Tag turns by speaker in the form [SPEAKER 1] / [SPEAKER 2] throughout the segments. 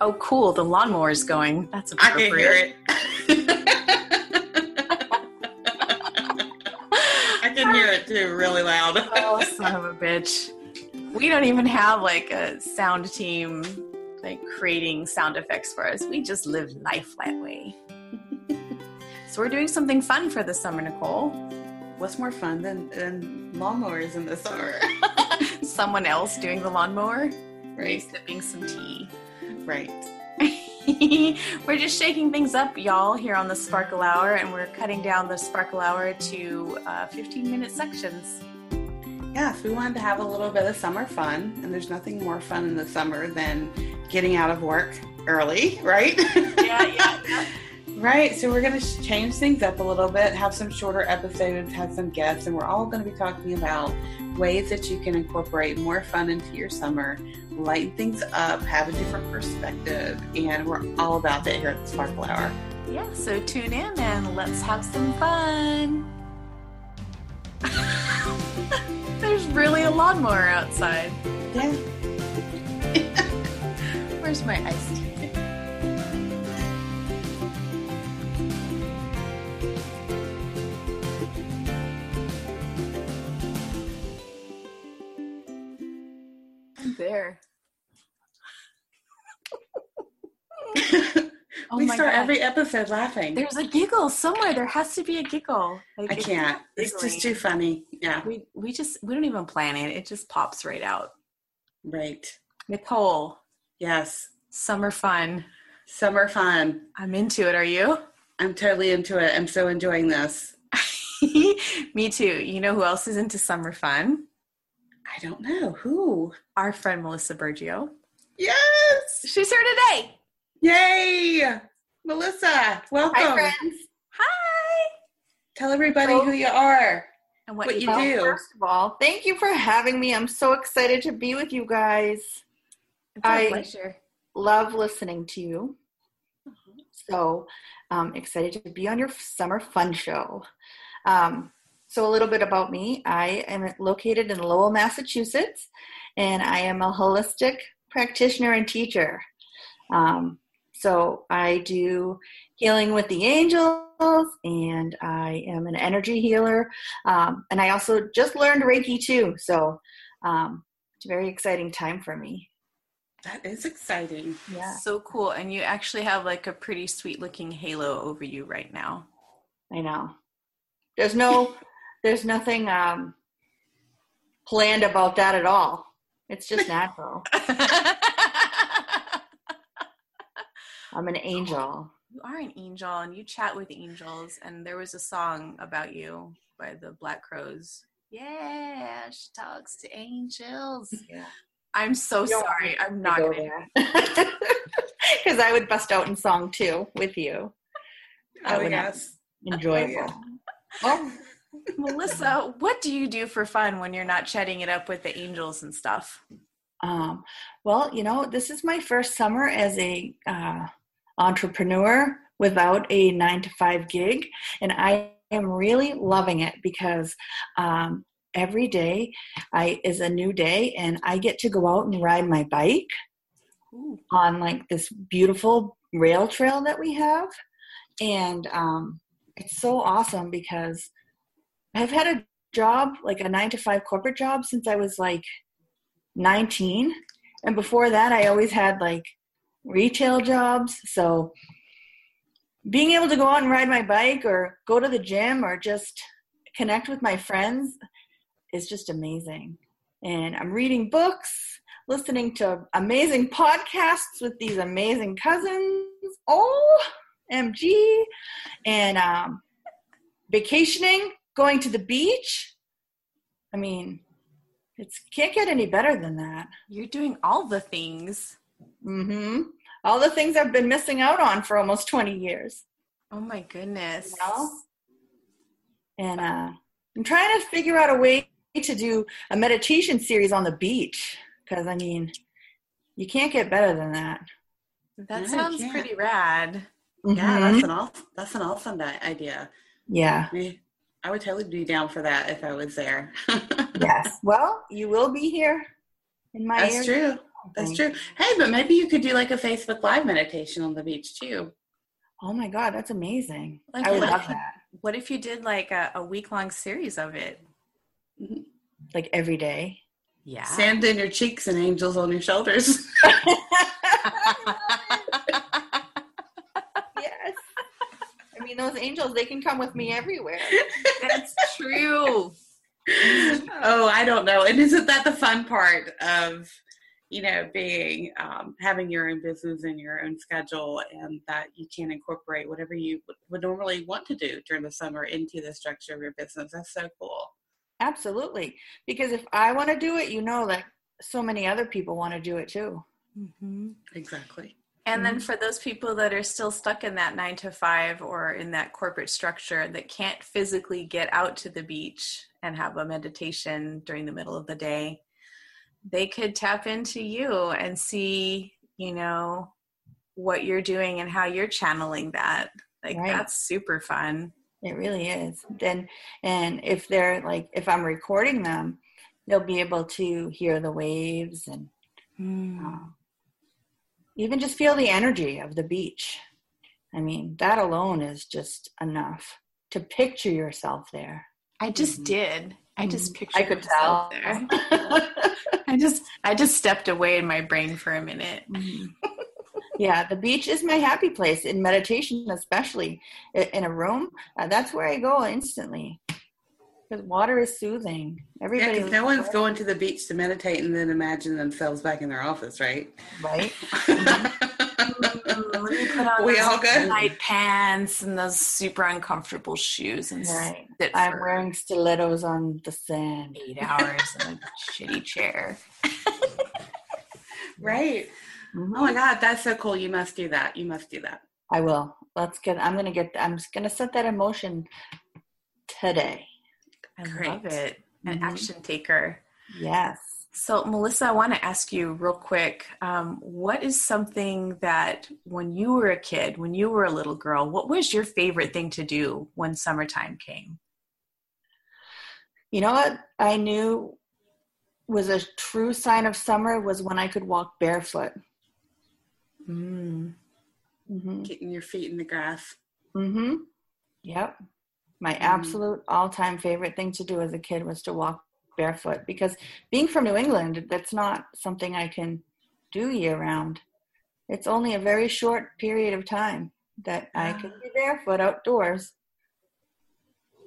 [SPEAKER 1] Oh, cool. The lawnmower is going. That's
[SPEAKER 2] I can hear
[SPEAKER 1] appropriate.
[SPEAKER 2] it. I can hear it too, really loud.
[SPEAKER 1] oh, son of a bitch. We don't even have like a sound team like creating sound effects for us. We just live life that way. so we're doing something fun for the summer, Nicole.
[SPEAKER 2] What's more fun than, than lawnmowers in the summer?
[SPEAKER 1] Someone else doing the lawnmower,
[SPEAKER 2] right,
[SPEAKER 1] sipping some tea.
[SPEAKER 2] right.
[SPEAKER 1] we're just shaking things up, y'all, here on the Sparkle Hour, and we're cutting down the Sparkle Hour to uh, 15 minute sections.
[SPEAKER 2] Yes, we wanted to have a little bit of summer fun, and there's nothing more fun in the summer than getting out of work early, right?
[SPEAKER 1] Yeah, yeah, yeah.
[SPEAKER 2] right. So we're going to change things up a little bit, have some shorter episodes, have some guests, and we're all going to be talking about ways that you can incorporate more fun into your summer, lighten things up, have a different perspective, and we're all about that here at the Sparkle Hour.
[SPEAKER 1] Yeah, so tune in and let's have some fun. There's really a lawnmower outside.
[SPEAKER 2] Yeah.
[SPEAKER 1] Where's my iced tea? I'm there. Oh
[SPEAKER 2] we
[SPEAKER 1] my
[SPEAKER 2] start
[SPEAKER 1] God.
[SPEAKER 2] every episode laughing.
[SPEAKER 1] There's a giggle somewhere. There has to be a giggle. Like
[SPEAKER 2] I
[SPEAKER 1] it's
[SPEAKER 2] can't.
[SPEAKER 1] not
[SPEAKER 2] It's just
[SPEAKER 1] giggling.
[SPEAKER 2] too funny. Yeah.
[SPEAKER 1] We we just we don't even plan it. It just pops right out.
[SPEAKER 2] Right.
[SPEAKER 1] Nicole,
[SPEAKER 2] Yes.
[SPEAKER 1] summer fun.
[SPEAKER 2] Summer fun.
[SPEAKER 1] I'm into it. Are you?
[SPEAKER 2] I'm totally into it. I'm so enjoying this.
[SPEAKER 1] Me too. You know who else is into summer fun?
[SPEAKER 2] I don't know who.
[SPEAKER 1] Our friend Melissa Bergio.
[SPEAKER 2] Yes!
[SPEAKER 1] She's here today.
[SPEAKER 2] Yay! Melissa, welcome.
[SPEAKER 3] friends.
[SPEAKER 1] Hi.
[SPEAKER 2] Tell everybody who you are.
[SPEAKER 1] And what, you
[SPEAKER 2] What you
[SPEAKER 1] do?
[SPEAKER 3] Well,
[SPEAKER 2] do.
[SPEAKER 3] First of all, thank you for having me. I'm so excited to be with you guys.
[SPEAKER 1] It's our
[SPEAKER 3] I-
[SPEAKER 1] pleasure.
[SPEAKER 3] Love listening to you. So um, excited to be on your summer fun show. Um, so, a little bit about me I am located in Lowell, Massachusetts, and I am a holistic practitioner and teacher. Um, so, I do healing with the angels, and I am an energy healer. Um, and I also just learned Reiki too. So, um, it's a very exciting time for me.
[SPEAKER 2] That is exciting.
[SPEAKER 3] Yeah.
[SPEAKER 1] So cool. And you actually have like a pretty sweet looking halo over you right now.
[SPEAKER 3] I know. There's no, there's nothing um, planned about that at all. It's just natural.
[SPEAKER 1] you
[SPEAKER 3] I'm an angel.
[SPEAKER 1] are an angel and you chat with angels. And there was a song about you by the Black Crows. Yeah, she talks to angels.
[SPEAKER 3] Yeah.
[SPEAKER 1] I'm so
[SPEAKER 3] You don't
[SPEAKER 1] sorry. I'm not going to
[SPEAKER 3] Because I would bust out in song too with you. I
[SPEAKER 2] Oh,
[SPEAKER 3] would not.
[SPEAKER 2] yes.
[SPEAKER 3] Enjoyable. Oh,
[SPEAKER 1] Melissa, what do you do for fun when you're not chatting it up with the angels and stuff?
[SPEAKER 3] Um, well, you know, this is my first summer as a uh, entrepreneur without a nine to five gig, and I am really loving it because um, every day I is a new day, and I get to go out and ride my bike on like this beautiful rail trail that we have and um, it's so awesome because i've had a job like a nine to five corporate job since i was like 19 and before that i always had like retail jobs so being able to go out and ride my bike or go to the gym or just connect with my friends is just amazing and i'm reading books listening to amazing podcasts with these amazing cousins. Oh, MG. And um, vacationing, going to the beach. I mean, it's can't get any better than that.
[SPEAKER 1] You're doing all the things.
[SPEAKER 3] Mm-hmm. All the things I've been missing out on for almost 20 years.
[SPEAKER 1] Oh my goodness.
[SPEAKER 3] Well. And uh, I'm trying to figure out a way to do a meditation series on the beach because, I mean, you can't get better than that.
[SPEAKER 1] That
[SPEAKER 2] No,
[SPEAKER 1] sounds
[SPEAKER 2] yeah.
[SPEAKER 1] pretty rad.
[SPEAKER 2] Yeah,
[SPEAKER 3] Mhm.
[SPEAKER 2] that's an awesome, that's an awesome di- idea.
[SPEAKER 3] Yeah.
[SPEAKER 2] Me- I would totally be down for that if I was there.
[SPEAKER 3] Yes. Well, you will be here in my
[SPEAKER 2] that's
[SPEAKER 3] area.
[SPEAKER 2] true. That's true. Hey, but maybe you could do like a Facebook Live meditation on the beach too.
[SPEAKER 3] Oh my God, that's amazing.
[SPEAKER 1] Like,
[SPEAKER 3] I would
[SPEAKER 1] what-
[SPEAKER 3] love that.
[SPEAKER 1] What if you did like a, a week long series of it?
[SPEAKER 3] Like every day.
[SPEAKER 1] Yeah.
[SPEAKER 2] Sand in your cheeks and angels on your shoulders.
[SPEAKER 3] yes. I mean, those angels, they can come with me everywhere.
[SPEAKER 1] That's true.
[SPEAKER 2] oh, I don't know. And isn't that the fun part of, you know, being um, having your own business and your own schedule, and that you can incorporate whatever you would- would normally want to do during the summer into the structure of your business? That's so cool.
[SPEAKER 3] Absolutely. Because if I want to do it, you know that so many other people want to do it too.
[SPEAKER 2] Exactly.
[SPEAKER 1] And then for those people that are still stuck in that nine to five or in that corporate structure that can't physically get out to the beach and have a meditation during the middle of the day, they could tap into you and see, you know, what you're doing and how you're channeling that. Like
[SPEAKER 3] Right.
[SPEAKER 1] that's super fun.
[SPEAKER 3] It really is. Then, and if they're like, if I'm recording them, they'll be able to hear the waves and
[SPEAKER 1] Mm. Um,
[SPEAKER 3] uh, even just feel the energy of the beach. I mean, that alone is just enough to picture yourself there.
[SPEAKER 1] I just
[SPEAKER 2] Mhm.
[SPEAKER 1] did. mm-hmm. I just pictured
[SPEAKER 3] I could
[SPEAKER 1] myself
[SPEAKER 3] tell.
[SPEAKER 1] there. I just I just stepped away in my brain for a minute.
[SPEAKER 3] yeah, the beach is my happy place in meditation, especially I- in a room. Uh, that's where I go instantly because water is soothing.
[SPEAKER 2] Yeah,
[SPEAKER 3] Everybody,
[SPEAKER 2] 'cause no one's going to the beach to meditate and then imagine themselves back in their office, right?
[SPEAKER 3] right.
[SPEAKER 1] Let me put on
[SPEAKER 2] we
[SPEAKER 1] those
[SPEAKER 2] all good?
[SPEAKER 1] tight pants and those super uncomfortable shoes and
[SPEAKER 3] Right.
[SPEAKER 1] sit
[SPEAKER 3] I'm
[SPEAKER 1] for
[SPEAKER 3] wearing stilettos on the sand.
[SPEAKER 1] eight hours in a shitty chair.
[SPEAKER 2] Right. Oh my God, that's so cool. You must do that. You must do that.
[SPEAKER 3] Mm-hmm. I will. Let's get. I'm gonna get. I'm just gonna set that in motion today.
[SPEAKER 1] I love
[SPEAKER 2] Great. Mm-hmm.
[SPEAKER 1] it. An
[SPEAKER 3] Mhm.
[SPEAKER 1] action taker.
[SPEAKER 3] Yes.
[SPEAKER 1] So, Melissa, I want to ask you real quick um, what is something that when you were a kid, when you were a little girl, what was your favorite thing to do when summertime came?
[SPEAKER 3] You know what I knew was a true sign of summer was when I could walk barefoot.
[SPEAKER 1] Mm.
[SPEAKER 3] Mm-hmm.
[SPEAKER 2] Getting your feet in the grass.
[SPEAKER 3] Mm-hmm. Yep. My absolute all-time favorite thing to do as a kid was to walk barefoot because being from New England, that's not something I can do year-round. It's only a very short period of time that I can be barefoot outdoors.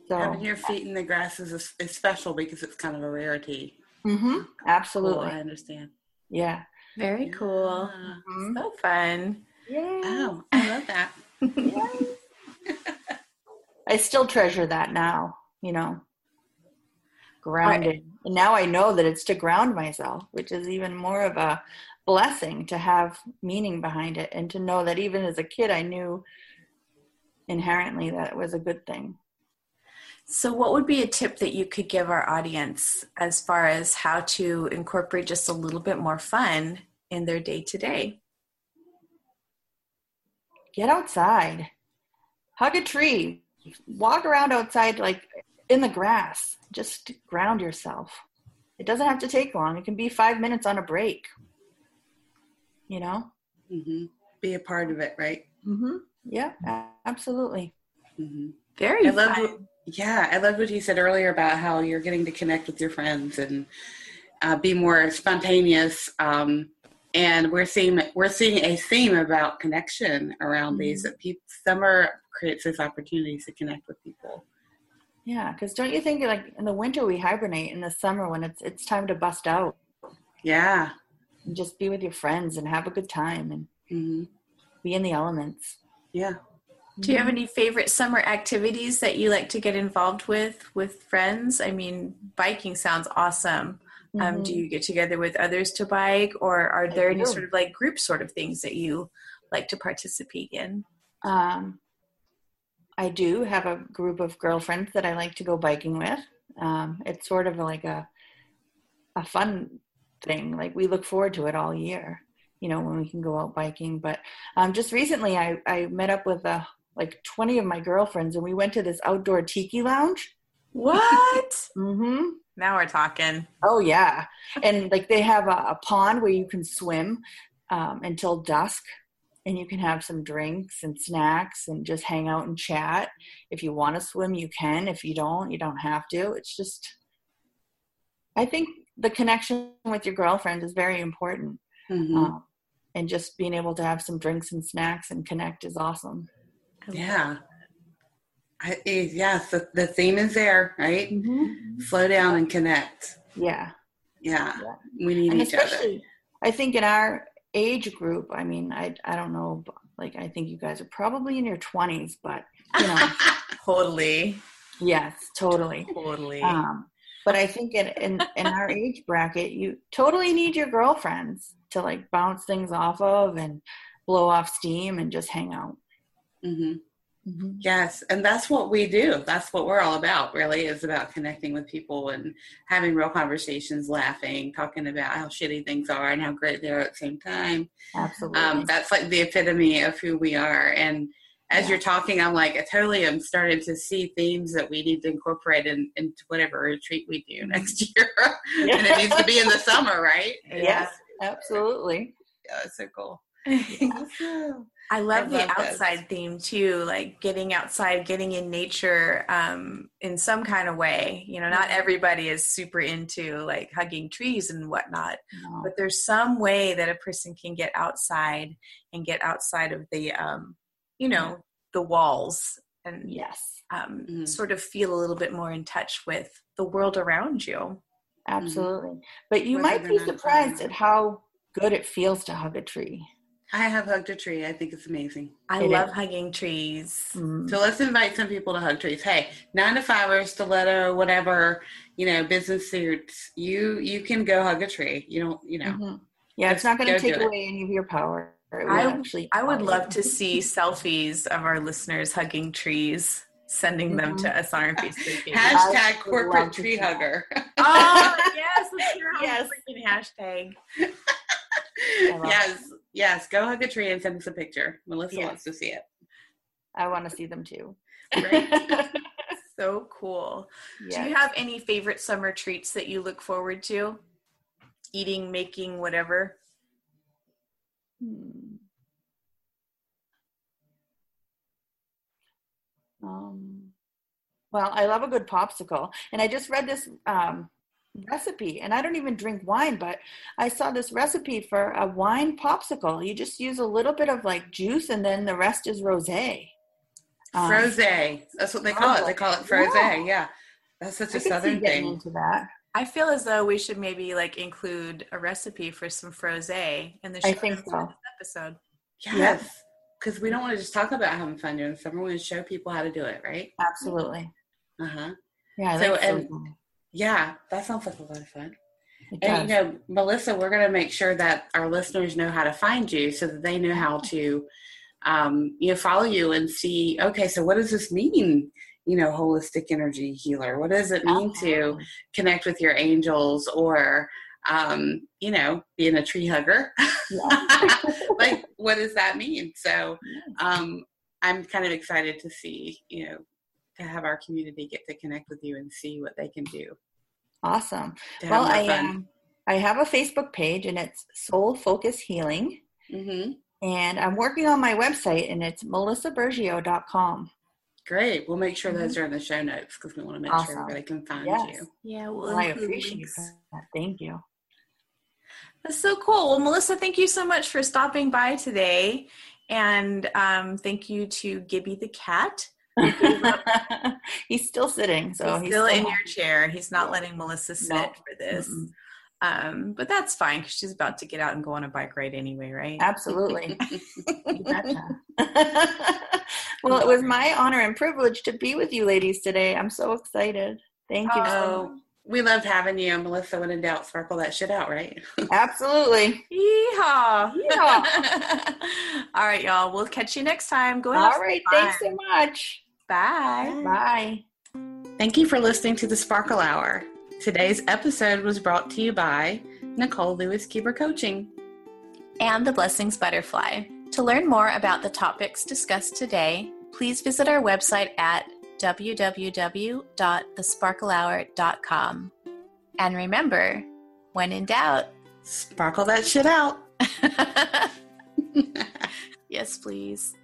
[SPEAKER 3] So,
[SPEAKER 2] Having your feet in the grass is, is special because it's kind of a rarity.
[SPEAKER 3] hmm
[SPEAKER 2] Cool,
[SPEAKER 3] absolutely,
[SPEAKER 2] I understand.
[SPEAKER 3] yeah.
[SPEAKER 1] Very cool.
[SPEAKER 2] Yeah.
[SPEAKER 3] Mhm.
[SPEAKER 1] So fun.
[SPEAKER 3] Yeah.
[SPEAKER 2] Oh, I love that.
[SPEAKER 3] I still treasure that now, you know. Grounded. And now I know that it's to ground myself, which is even more of a blessing to have meaning behind it and to know that even as a kid I knew inherently that it was a good thing.
[SPEAKER 1] So, what would be a tip that you could give our audience as far as how to incorporate just a little bit more fun in their day to day?
[SPEAKER 3] Get outside. Hug a tree. Walk around outside like in the grass. Just ground yourself. It doesn't have to take long. It can be 5 minutes on a break. You know?
[SPEAKER 2] hmm Be a part of it, right?
[SPEAKER 3] Mm-hmm. Yeah, a- absolutely.
[SPEAKER 2] hmm
[SPEAKER 1] Very
[SPEAKER 2] I love
[SPEAKER 1] fun.
[SPEAKER 2] what- Yeah, I love what you said earlier about how you're getting to connect with your friends and uh, be more spontaneous. Um, and we're seeing we're seeing a theme about connection around these. That people, summer creates those opportunities to connect with people.
[SPEAKER 3] Yeah, because don't you think like in the winter we hibernate, in the summer when it's it's time to bust out
[SPEAKER 2] Yeah.
[SPEAKER 3] and just be with your friends and have a good time and
[SPEAKER 2] hmm
[SPEAKER 3] be in the elements.
[SPEAKER 2] Yeah.
[SPEAKER 1] Do you have any favorite summer activities that you like to get involved with with friends? I mean, biking sounds awesome. Um,
[SPEAKER 3] Mhm.
[SPEAKER 1] do you get together with others to bike, or are there any
[SPEAKER 3] do.
[SPEAKER 1] sort of like group sort of things that you like to participate in?
[SPEAKER 3] Um, I do have a group of girlfriends that I like to go biking with. Um, it's sort of like a a fun thing. Like we look forward to it all year, you know, when we can go out biking. But um, just recently, I I met up with uh like 20 of my girlfriends, and we went to this outdoor tiki lounge.
[SPEAKER 1] What?
[SPEAKER 3] Mm-hmm.
[SPEAKER 1] now we're talking.
[SPEAKER 3] Oh yeah, and like they have a, a pond where you can swim um, until dusk, and you can have some drinks and snacks and just hang out and chat. If you want to swim, you can. If you don't, you don't have to. It's just, I think the connection with your girlfriend is very important,
[SPEAKER 2] Mhm.
[SPEAKER 3] um, and just being able to have some drinks and snacks and connect is awesome.
[SPEAKER 2] Yeah. I, eh, yes, the, the theme is there, right?
[SPEAKER 1] Mm-hmm.
[SPEAKER 3] Mm-hmm.
[SPEAKER 2] Slow down and connect.
[SPEAKER 3] Yeah.
[SPEAKER 2] Yeah,
[SPEAKER 3] Yeah.
[SPEAKER 2] we need
[SPEAKER 3] and
[SPEAKER 2] each other.
[SPEAKER 3] especially i think in our age group i mean i i don't know but, like i think you guys are probably in your 20s but you know
[SPEAKER 1] Totally.
[SPEAKER 3] yes totally
[SPEAKER 1] Totally.
[SPEAKER 3] um but i think in, in in our age bracket you totally need your girlfriends to like bounce things off of and blow off steam and just hang out
[SPEAKER 2] hmm Yes, and that's what we do. That's what we're all about, really, is about connecting with people and having real conversations, laughing, talking about how shitty things are and how great they are at the same time.
[SPEAKER 3] absolutely
[SPEAKER 2] Um, that's like the epitome of who we are. And as
[SPEAKER 3] Yeah.
[SPEAKER 2] you're talking, I'm like, I totally am starting to see themes that we need to incorporate in, into whatever retreat we do next year. and it needs to be in the summer, right?
[SPEAKER 3] yes absolutely
[SPEAKER 2] Yeah, that's so cool. Awesome.
[SPEAKER 1] I love the
[SPEAKER 2] love this.
[SPEAKER 1] outside theme too, like getting outside, getting in nature um, in some kind of way. You know, not everybody is super into like hugging trees and whatnot,
[SPEAKER 3] No.
[SPEAKER 1] but there's some way that a person can get outside and get outside of the, um, you know, the walls and
[SPEAKER 3] yes
[SPEAKER 1] um,
[SPEAKER 2] Mhm.
[SPEAKER 1] sort of feel a little bit more in touch with the world around you.
[SPEAKER 3] absolutely but you
[SPEAKER 2] Mm-hmm. Whether
[SPEAKER 3] might
[SPEAKER 2] they're
[SPEAKER 3] be
[SPEAKER 2] not playing
[SPEAKER 3] surprised
[SPEAKER 2] or
[SPEAKER 3] at how good it feels to hug a tree
[SPEAKER 2] I have hugged a tree. I think it's amazing.
[SPEAKER 1] I
[SPEAKER 3] It
[SPEAKER 1] love
[SPEAKER 3] is.
[SPEAKER 1] hugging trees.
[SPEAKER 3] Mm.
[SPEAKER 2] So let's invite some people to hug trees. Hey, nine to fivers, stiletto, whatever, you know, business suits. You you can go hug a tree. You don't, you know.
[SPEAKER 3] Mhm. Yeah, it's
[SPEAKER 2] Just
[SPEAKER 3] not going
[SPEAKER 2] go
[SPEAKER 3] to take
[SPEAKER 2] do it.
[SPEAKER 3] away any of your power. It will
[SPEAKER 1] I-
[SPEAKER 3] actually
[SPEAKER 1] I would
[SPEAKER 3] empower
[SPEAKER 1] love
[SPEAKER 3] you.
[SPEAKER 1] to see selfies of our listeners hugging trees, sending them
[SPEAKER 3] Mm-hmm.
[SPEAKER 1] to us on our Facebook page.
[SPEAKER 3] Has-
[SPEAKER 2] Hashtag
[SPEAKER 3] would love
[SPEAKER 2] corporate
[SPEAKER 3] to
[SPEAKER 2] tree
[SPEAKER 3] do that.
[SPEAKER 2] hugger.
[SPEAKER 1] oh yes, let's hear our
[SPEAKER 3] Yes.
[SPEAKER 1] freaking hashtag.
[SPEAKER 3] love it.
[SPEAKER 2] yes, yes. Go hug a tree and send us a picture. Melissa
[SPEAKER 3] Yes.
[SPEAKER 2] wants to see it.
[SPEAKER 3] I want to see them too.
[SPEAKER 1] Right? so cool. Do you
[SPEAKER 3] yeah.
[SPEAKER 1] have any favorite summer treats that you look forward to? Eating, making, whatever.
[SPEAKER 3] Hmm. Um, well, I love a good popsicle, and I just read this um, recipe, and I don't even drink wine, but I saw this recipe for a wine popsicle. You just use a little bit of like juice, and then the rest is rosé. Um, oh,
[SPEAKER 2] Froze. That's what they call it. They call it froze. Yeah.
[SPEAKER 3] Yeah.
[SPEAKER 2] That's such
[SPEAKER 3] I
[SPEAKER 2] a
[SPEAKER 3] could see
[SPEAKER 2] southern
[SPEAKER 3] getting
[SPEAKER 2] thing.
[SPEAKER 3] into that.
[SPEAKER 1] I feel as though we should maybe like include a recipe for some frosé in the show
[SPEAKER 3] I think
[SPEAKER 1] notes
[SPEAKER 3] so.
[SPEAKER 1] for this episode.
[SPEAKER 3] Yeah.
[SPEAKER 2] Yes. Because we don't want to just talk about having fun during the summer. We want to show people how to do it, right?
[SPEAKER 3] Absolutely.
[SPEAKER 2] Uh
[SPEAKER 3] Uh-huh.
[SPEAKER 2] huh.
[SPEAKER 3] Yeah. I
[SPEAKER 2] So,
[SPEAKER 3] like those
[SPEAKER 2] and-
[SPEAKER 3] ones.
[SPEAKER 2] Yeah. That sounds like a lot of fun.
[SPEAKER 3] It
[SPEAKER 2] And you
[SPEAKER 3] does.
[SPEAKER 2] know, Melissa, we're going to make sure that our listeners know how to find you so that they know how to, um, you know, follow you and see. Okay, so what does this mean? You know, holistic energy healer. What does it mean to
[SPEAKER 3] Absolutely.
[SPEAKER 2] connect with your angels or, um, you know, being a tree hugger? like, what does that mean? So, um, I'm kind of excited to see, you know, to have our community get to connect with you and see what they can do.
[SPEAKER 3] Awesome.
[SPEAKER 2] To have
[SPEAKER 3] Well,
[SPEAKER 2] more
[SPEAKER 3] I
[SPEAKER 2] fun.
[SPEAKER 3] um, I have a Facebook page and it's Soul Focus Healing,
[SPEAKER 2] Mm-hmm.
[SPEAKER 3] and I'm working on my website and it's melissabergio.com.
[SPEAKER 2] Great. We'll make sure those are in the show notes because we want to make sure
[SPEAKER 3] Awesome.
[SPEAKER 2] everybody can find
[SPEAKER 3] Yes.
[SPEAKER 2] you.
[SPEAKER 1] Yeah,
[SPEAKER 3] Well,
[SPEAKER 1] we'll
[SPEAKER 3] Oh, I
[SPEAKER 1] include
[SPEAKER 3] appreciate
[SPEAKER 1] links.
[SPEAKER 3] that. Thank you.
[SPEAKER 1] That's so cool. Well, Melissa, thank you so much for stopping by today. And um, thank you to Gibby the cat.
[SPEAKER 3] he's still sitting, so
[SPEAKER 1] he's,
[SPEAKER 3] Oh, he's
[SPEAKER 1] still, in
[SPEAKER 3] happy.
[SPEAKER 1] your chair. He's not letting Melissa sit
[SPEAKER 3] No.
[SPEAKER 1] for this.
[SPEAKER 3] Mm-mm.
[SPEAKER 1] Um, but that's fine because she's about to get out and go on a bike ride anyway, right?
[SPEAKER 3] Absolutely. You betcha. well, it was my honor and privilege to be with you ladies today. I'm so excited. Thank you. so
[SPEAKER 2] Oh, we loved having you, Melissa. When in doubt, sparkle that shit out, right?
[SPEAKER 3] much. Absolutely.
[SPEAKER 1] Yeehaw.
[SPEAKER 3] Yeehaw.
[SPEAKER 1] All right, y'all. We'll catch you next time. Go have
[SPEAKER 3] All right. Thanks so much.
[SPEAKER 1] Bye.
[SPEAKER 3] Bye.
[SPEAKER 2] Thank you for listening to the Sparkle Hour. Today's episode was brought to you by Nicole Lewis Keeper Coaching.
[SPEAKER 1] and the Blessings Butterfly. To learn more about the topics discussed today, please visit our website at www.thesparklehour.com. And remember, when in doubt,
[SPEAKER 2] Sparkle that shit out.
[SPEAKER 1] yes, please.